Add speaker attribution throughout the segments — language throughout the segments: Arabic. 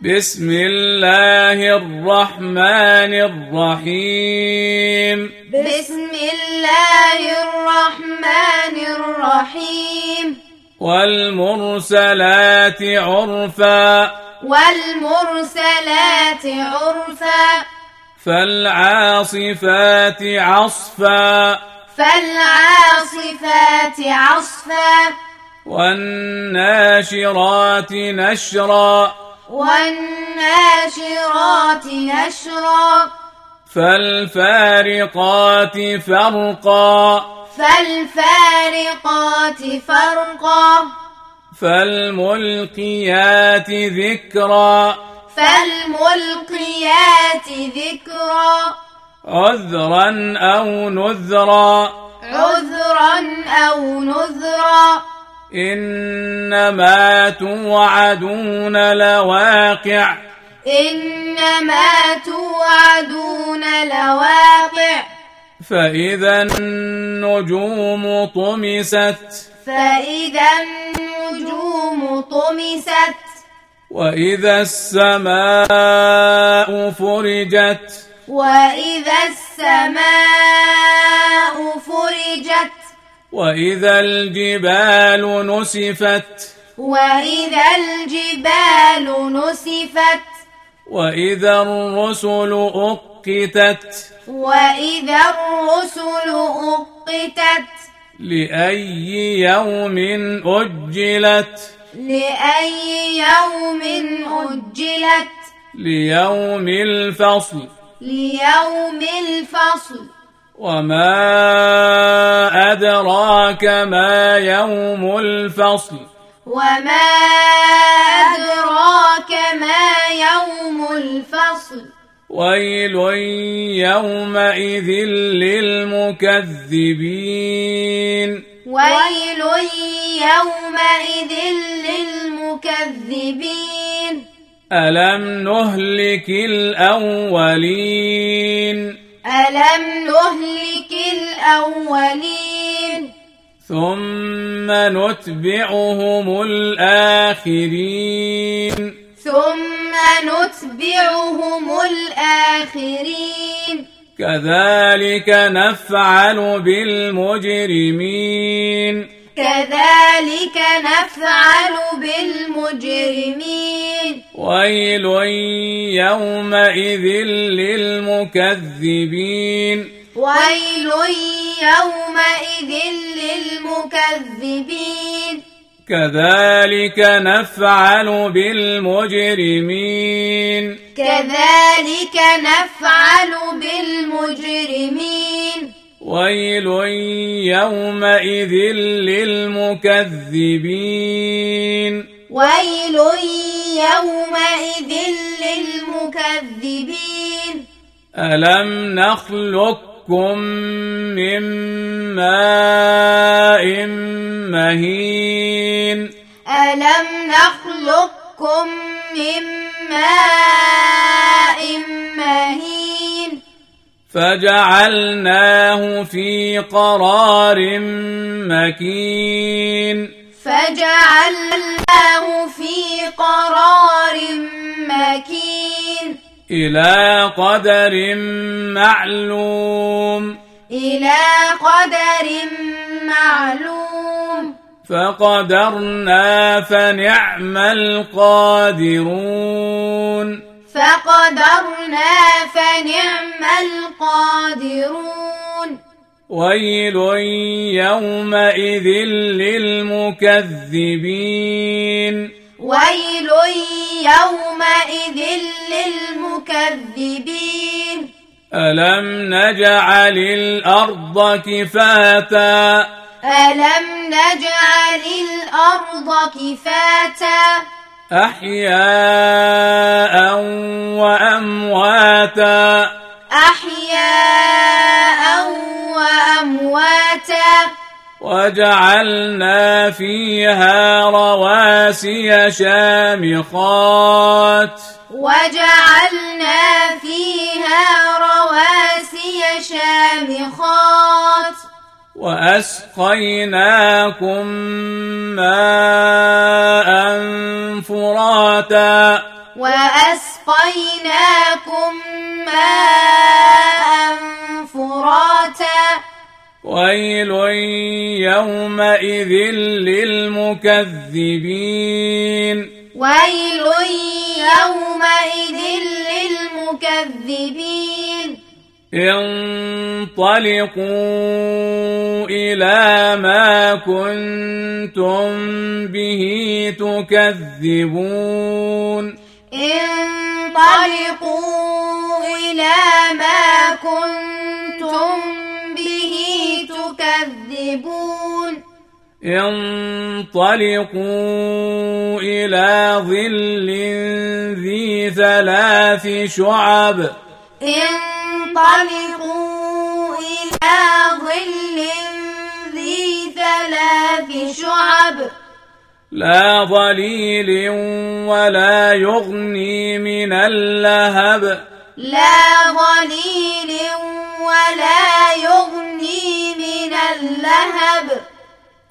Speaker 1: بسم الله الرحمن الرحيم
Speaker 2: بسم الله الرحمن الرحيم
Speaker 1: والمرسلات عرفا
Speaker 2: والمرسلات عرفا
Speaker 1: فالعاصفات عصفا
Speaker 2: فالعاصفات عصفا
Speaker 1: والناشرات نشرا
Speaker 2: والناشرات نشرا
Speaker 1: فالفارقات فرقا
Speaker 2: فالفارقات فرقا
Speaker 1: فالملقيات ذكرا
Speaker 2: فالملقيات ذكرا
Speaker 1: عذرا او نذرا
Speaker 2: عذرا أو نذرا
Speaker 1: انما توعدون لواقع
Speaker 2: إنما توعدون لواقع
Speaker 1: فاذا النجوم طمست
Speaker 2: فإذا النجوم طمست
Speaker 1: واذا السماء فرجت
Speaker 2: وإذا السماء فرجت
Speaker 1: واذا الجبال نسفت
Speaker 2: وإذا الجبال نسفت
Speaker 1: واذا الرسل اقتت
Speaker 2: وإذا الرسل أقتت
Speaker 1: لاي يوم اجلت
Speaker 2: لأي يوم أجلت
Speaker 1: ليوم الفصل
Speaker 2: ليوم الفصل
Speaker 1: وما أدراك ما يوم الفصل
Speaker 2: وما أدراك ما يوم الفصل
Speaker 1: ويل يومئذ للمكذبين
Speaker 2: ويل يومئذ للمكذبين
Speaker 1: ألم نهلك الأولين
Speaker 2: ألم نهلك الأولين
Speaker 1: ثم نتبعهم الآخرين
Speaker 2: ثم نتبعهم الآخرين
Speaker 1: كذلك نفعل بالمجرمين
Speaker 2: كذلك نفعل بالمجرمين
Speaker 1: ويل يومئذ للمكذبين
Speaker 2: ويل يومئذ للمكذبين
Speaker 1: كذلك نفعل بالمجرمين
Speaker 2: كذلك نفعل بالمجرمين
Speaker 1: ويل يومئذ للمكذبين
Speaker 2: ويل يومئذ للمكذبين
Speaker 1: ألم نخلقكم من ماء مهين
Speaker 2: ألم نخلقكم من ماء مهين
Speaker 1: فجعلناه في قرار مكين
Speaker 2: فجعلناه في قرار مكين
Speaker 1: إلى قدر معلوم
Speaker 2: إلى قدر معلوم
Speaker 1: فقدرنا فنعم القادرون
Speaker 2: فقدرنا فنعم القادرون
Speaker 1: ويل يومئذ للمكذبين
Speaker 2: ويل يومئذ للمكذبين
Speaker 1: ألم نجعل الأرض كفاتا
Speaker 2: ألم نجعل الأرض كفاتا
Speaker 1: أحياء وأمواتا
Speaker 2: أحياء وأمواتا
Speaker 1: وجعلنا فيها رواسي شامخات
Speaker 2: وجعلنا فيها رواسي شامخات
Speaker 1: وأسقيناكم ماء فراتا
Speaker 2: وأسقيناكم ماء فراتا
Speaker 1: ويل يومئذ للمكذبين
Speaker 2: ويل يومئذ للمكذبين
Speaker 1: انطلقوا إلى ما كنتم به تكذبون
Speaker 2: انطلقوا إلى ما كنتم به تكذبون
Speaker 1: انطلقوا إلى ظل ذي ثلاث شعب
Speaker 2: انطلقوا إلى ظل ذي ثلاث شعب
Speaker 1: لا ظليل ولا يغني من اللهب
Speaker 2: لا ظليل ولا يغني من اللهب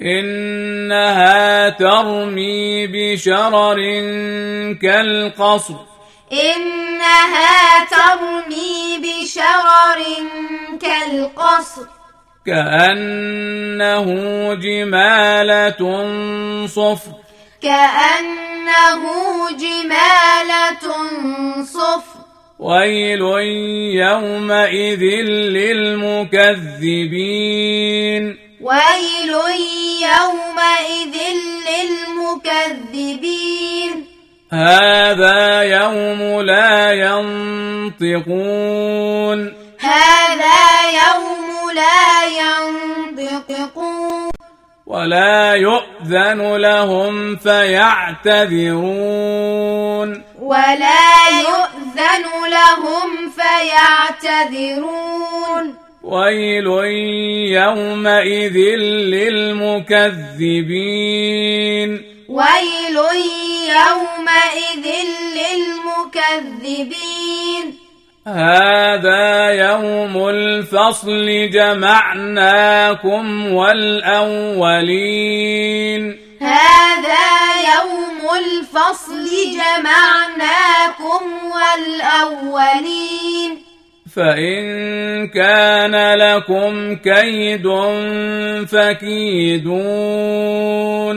Speaker 1: إنها ترمي بشرر كالقصر
Speaker 2: إنها ترمي بشرر كالقصر
Speaker 1: كأنه جمالة صفر
Speaker 2: كأنه جمالة صفر
Speaker 1: ويل يومئذ للمكذبين
Speaker 2: ويل يومئذ للمكذبين
Speaker 1: هذا يوم لا ينطقون
Speaker 2: هذا يوم لا ينطقون
Speaker 1: ولا يؤذن لهم فيعتذرون
Speaker 2: ولا يؤذن لهم فيعتذرون
Speaker 1: ويل يومئذ للمكذبين
Speaker 2: ويل يومئذ للمكذبين
Speaker 1: هذا يوم الفصل جمعناكم والأولين
Speaker 2: هذا يوم الفصل جمعناكم والأولين
Speaker 1: فإن كان لكم كيد فكيدون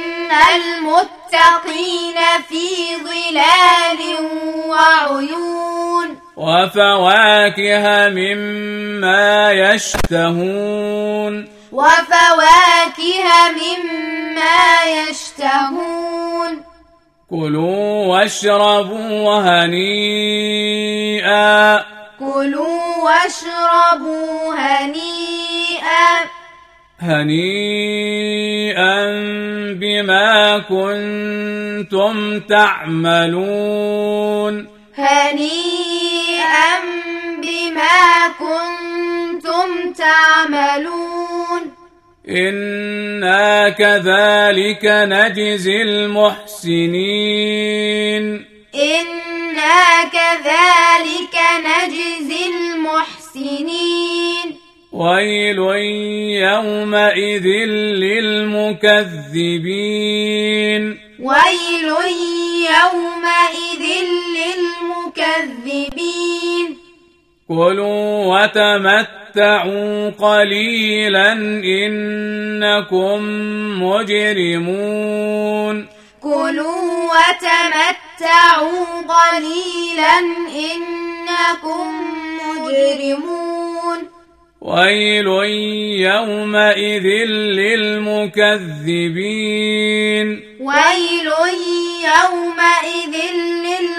Speaker 2: المتقين في ظلال وعيون
Speaker 1: وفواكه مما يشتهون
Speaker 2: وفواكه مما يشتهون
Speaker 1: كلوا واشربوا هنيئا
Speaker 2: كلوا واشربوا هنيئا
Speaker 1: هنيئا بما كنتم تعملون
Speaker 2: هنيئا بما كنتم تعملون
Speaker 1: إنا كذلك نجزي المحسنين
Speaker 2: إنا كذلك نجزي المحسنين
Speaker 1: ويل يومئذ للمكذبين
Speaker 2: ويل يومئذ للمكذبين
Speaker 1: كلوا وتمتعوا قليلا إنكم مجرمون
Speaker 2: كلوا وتمتعوا قليلا إنكم مجرمون
Speaker 1: ويل يومئذ للمكذبين
Speaker 2: ويل يومئذ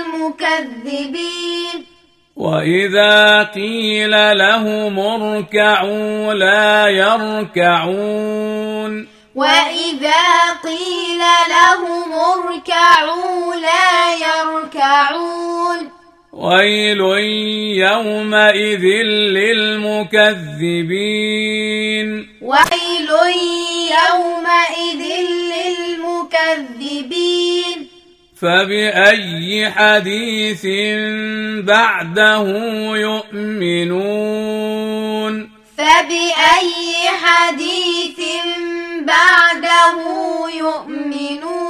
Speaker 2: للمكذبين
Speaker 1: وإذا قيل لهم اركعوا لا يركعون
Speaker 2: وإذا قيل لهم اركعوا لا يركعون
Speaker 1: ويل يومئذ للمكذبين
Speaker 2: ويل يومئذ للمكذبين
Speaker 1: فبأي حديث بعده يؤمنون
Speaker 2: فبأي حديث بعده يؤمنون